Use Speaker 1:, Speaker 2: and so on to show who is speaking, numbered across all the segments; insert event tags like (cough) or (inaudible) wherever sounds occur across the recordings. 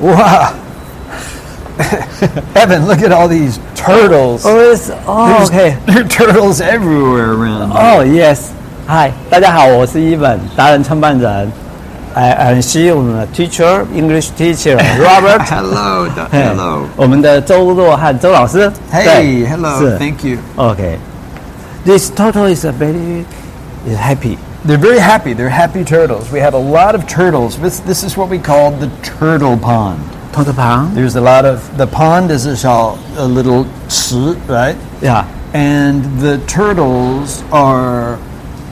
Speaker 1: Wow. (laughs) Evan, look at all these turtles.
Speaker 2: Oh, it's,
Speaker 1: There's-
Speaker 2: oh, OK，
Speaker 1: (laughs) There are turtles everywhere around.
Speaker 2: Oh yes，hi，大家好，我是伊本，达人创办人。I am she，我们的 teacher English teacher Robert。
Speaker 1: Hello, da-
Speaker 2: 嘿
Speaker 1: (laughs) hello.
Speaker 2: (laughs) 我们的周若翰周老师。
Speaker 1: Hey,
Speaker 2: 对
Speaker 1: hello.
Speaker 2: 是
Speaker 1: Thank you.
Speaker 2: OK。This turtle is a very is happy.
Speaker 1: They're very happy. They're happy turtles. We have a lot of turtles. This this is what we call the turtle pond.
Speaker 2: 兔兔旁
Speaker 1: There's a lot of the pond is a, shall, a little 池, right?
Speaker 2: 呀，
Speaker 1: And the turtles are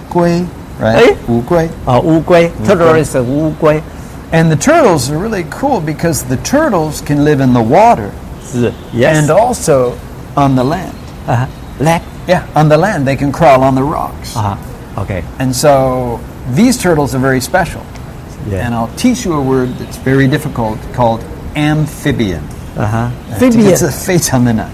Speaker 1: 龟, right?
Speaker 2: 哎。
Speaker 1: 乌龟.
Speaker 2: 啊 Uh, 乌龟，turtle is a 乌龟，
Speaker 1: And the turtles are really cool because the turtles can live in the water
Speaker 2: 是
Speaker 1: and
Speaker 2: yes
Speaker 1: also on the land.
Speaker 2: 啊
Speaker 1: Uh-huh.
Speaker 2: leg
Speaker 1: Yeah, on the land they can crawl on the rocks.
Speaker 2: 啊 OK
Speaker 1: And so these turtles are very special.
Speaker 2: Yeah.
Speaker 1: And I'll teach you a word that's very difficult called amphibian.
Speaker 2: 啊哈
Speaker 1: Uh, It's a
Speaker 2: ，amphibian (laughs)
Speaker 1: 非常的难.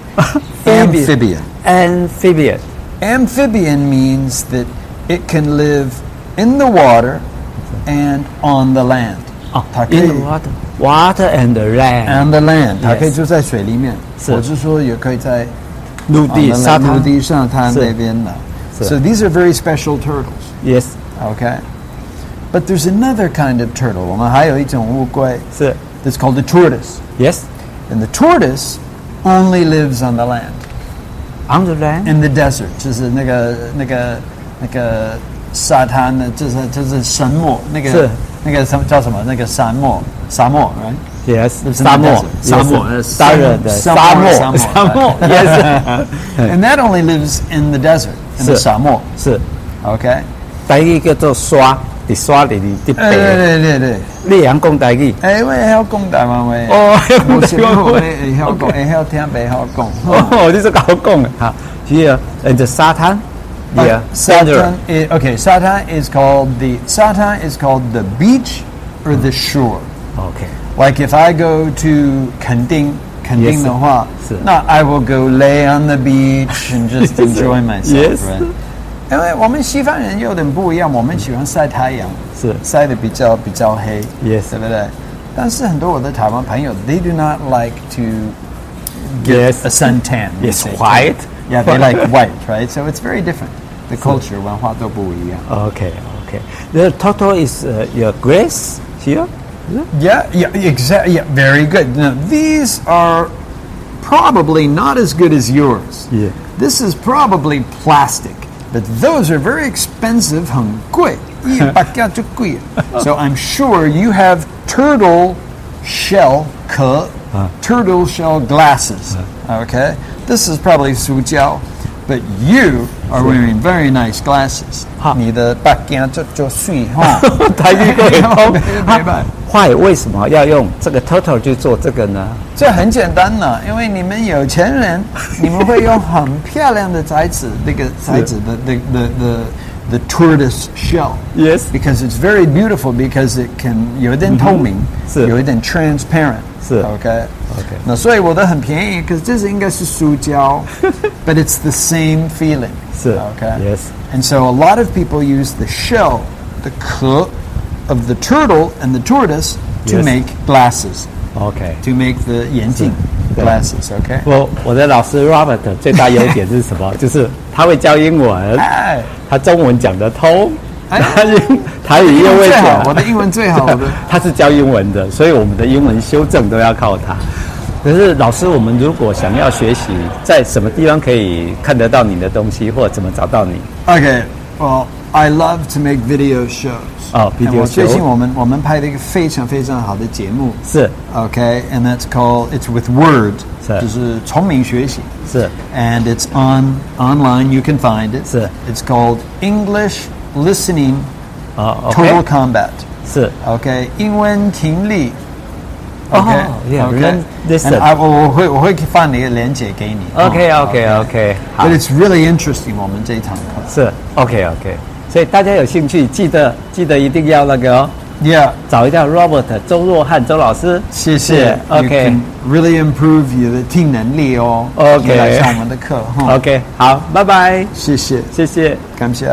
Speaker 1: amphibian.
Speaker 2: amphibian
Speaker 1: Amphibian means that it can live in the water and on the land.
Speaker 2: 啊
Speaker 1: 它可以
Speaker 2: Uh, ，in the water water and the land
Speaker 1: on the land，它
Speaker 2: Yes
Speaker 1: 可以就在水里面，
Speaker 2: 是
Speaker 1: 我是说也可以在
Speaker 2: 陆
Speaker 1: on
Speaker 2: 地
Speaker 1: the land，
Speaker 2: 沙滩
Speaker 1: 陆地上滩
Speaker 2: 是
Speaker 1: 那边的。
Speaker 2: 是
Speaker 1: So these are very special turtles.
Speaker 2: yes
Speaker 1: Okay. But there's another kind of turtle. 我们还有一种乌龟
Speaker 2: 是
Speaker 1: that's called the tortoise.
Speaker 2: yes
Speaker 1: And the tortoise only lives on the land,
Speaker 2: on the land
Speaker 1: in the desert. 就是那个那个那个沙滩的，就是就是神木那个
Speaker 2: 是。
Speaker 1: 那个什么叫什么那个沙漠沙漠，right？
Speaker 2: yes
Speaker 1: Lives in the
Speaker 2: 沙漠
Speaker 1: desert. 沙漠，呃，
Speaker 2: yes 当然的
Speaker 1: 沙
Speaker 2: 沙
Speaker 1: 漠
Speaker 2: 漠
Speaker 1: 沙漠
Speaker 2: 沙漠
Speaker 1: (laughs)
Speaker 2: yes
Speaker 1: And that only lives in the desert, in the
Speaker 2: 是。
Speaker 1: 沙漠。
Speaker 2: 是
Speaker 1: Okay.
Speaker 2: 台语叫做沙，伫沙里里伫
Speaker 1: 哎
Speaker 2: 白，你会晓讲台语？
Speaker 1: 哎，我会晓讲台湾话。
Speaker 2: (laughs) 哦，
Speaker 1: 我是讲会-会晓讲，会晓听，袂晓讲。
Speaker 2: 哦，你是甲我讲的哈？Here and the 沙滩，Yeah，
Speaker 1: 哎
Speaker 2: 啊
Speaker 1: Satan i- okay, Satan is called the Satan is called the beach or the shore.
Speaker 2: OK，
Speaker 1: Like if I go to Kanding, Kanding
Speaker 2: Yes.
Speaker 1: 的话,
Speaker 2: Sure.
Speaker 1: no, I will go lay on the beach
Speaker 2: (laughs)
Speaker 1: and just enjoy myself.
Speaker 2: Yes.
Speaker 1: Right? 因为我们西方人有点不一样，我们喜欢晒太阳，
Speaker 2: 是。
Speaker 1: 晒得比较比较黑
Speaker 2: Yes.
Speaker 1: 对不对？但是很多我的台湾朋友，they do not like to
Speaker 2: Yes.
Speaker 1: a suntan. they
Speaker 2: Yes,
Speaker 1: say.
Speaker 2: white.
Speaker 1: Yeah, they 呃
Speaker 2: (laughs)
Speaker 1: like white, right? So it's very different. The culture, 文化都不一样。
Speaker 2: OK OK。The total is uh, your grace 啊 here.
Speaker 1: Yeah, yeah, exactly. Yeah, very good. Now, these are probably not as good as yours.
Speaker 2: Yeah.
Speaker 1: This is probably plastic, but those are very expensive. 很贵,一百块就贵. so I'm sure you have turtle shell 壳, turtle shell glasses. Okay, this is probably 塑胶, but you are wearing very nice glasses.
Speaker 2: 哈。
Speaker 1: 你的白镜就就水哈。
Speaker 2: 台语过
Speaker 1: (laughs)
Speaker 2: 也通
Speaker 1: 没办法。
Speaker 2: 坏为什么要用这个 total 去做这个呢？
Speaker 1: 这很简单呢，因为你们有钱
Speaker 2: (laughs)
Speaker 1: 人，你们会用很漂亮的材质，那个材质的 the the the the tortoise shell。
Speaker 2: Yes.
Speaker 1: Because it's very beautiful because it can 有一点透明，
Speaker 2: 是
Speaker 1: 有一点 transparent。
Speaker 2: 是
Speaker 1: OK
Speaker 2: OK
Speaker 1: 那所以我的很便宜，可是这是应该是塑胶
Speaker 2: (laughs)
Speaker 1: ，but it's the same feeling。
Speaker 2: 是
Speaker 1: OK。
Speaker 2: Yes.
Speaker 1: And so a lot of people use the shell, the 壳 of the turtle and the tortoise to
Speaker 2: Yes.
Speaker 1: make glasses
Speaker 2: OK。
Speaker 1: to make the 眼镜 glasses. Okay.
Speaker 2: 我我的老师 Robert 最大优点是什么？ (laughs) 就是他会教英文，
Speaker 1: 哎，
Speaker 2: 他中文讲得通，
Speaker 1: 哎啊
Speaker 2: 他英台语又会讲。
Speaker 1: 我的英文最好，我的英文最好，我的
Speaker 2: (laughs) 他是教英文的，所以我们的英文修正都要靠他。可是老师，我们如果想要学习，在什么地方可以看得到你的东西，或怎么找到你？
Speaker 1: (laughs) Okay. Well, I love to make video shows.
Speaker 2: 哦，video Oh, show。
Speaker 1: 我最近我们我们拍了一个非常非常好的节目。
Speaker 2: 是
Speaker 1: Okay, and that's called it's with Word.
Speaker 2: 是。
Speaker 1: 就是从名学习。
Speaker 2: 是
Speaker 1: And it's on online. You can find it.
Speaker 2: 是。
Speaker 1: It's called English Listening
Speaker 2: 啊、o
Speaker 1: Total
Speaker 2: k
Speaker 1: Combat.
Speaker 2: 是
Speaker 1: OK，英文听力。
Speaker 2: 哦
Speaker 1: OK，
Speaker 2: yeah, learn listen.
Speaker 1: And I- 我我会我会放你的链接给你。
Speaker 2: OK
Speaker 1: 哦
Speaker 2: OK OK，好
Speaker 1: But it's really interesting. 我们这一堂课。
Speaker 2: 是 OK OK，所以大家有兴趣，记得记得一定要那个哦，
Speaker 1: Yeah，
Speaker 2: 找一下 Robert 周若翰周老师。
Speaker 1: 谢
Speaker 2: 是
Speaker 1: 谢。
Speaker 2: ，OK
Speaker 1: You can Really improve 你的听能力哦。
Speaker 2: OK
Speaker 1: 你来上我们的课哈。
Speaker 2: OK，好，拜拜，
Speaker 1: 谢谢，
Speaker 2: 谢谢。
Speaker 1: 感谢。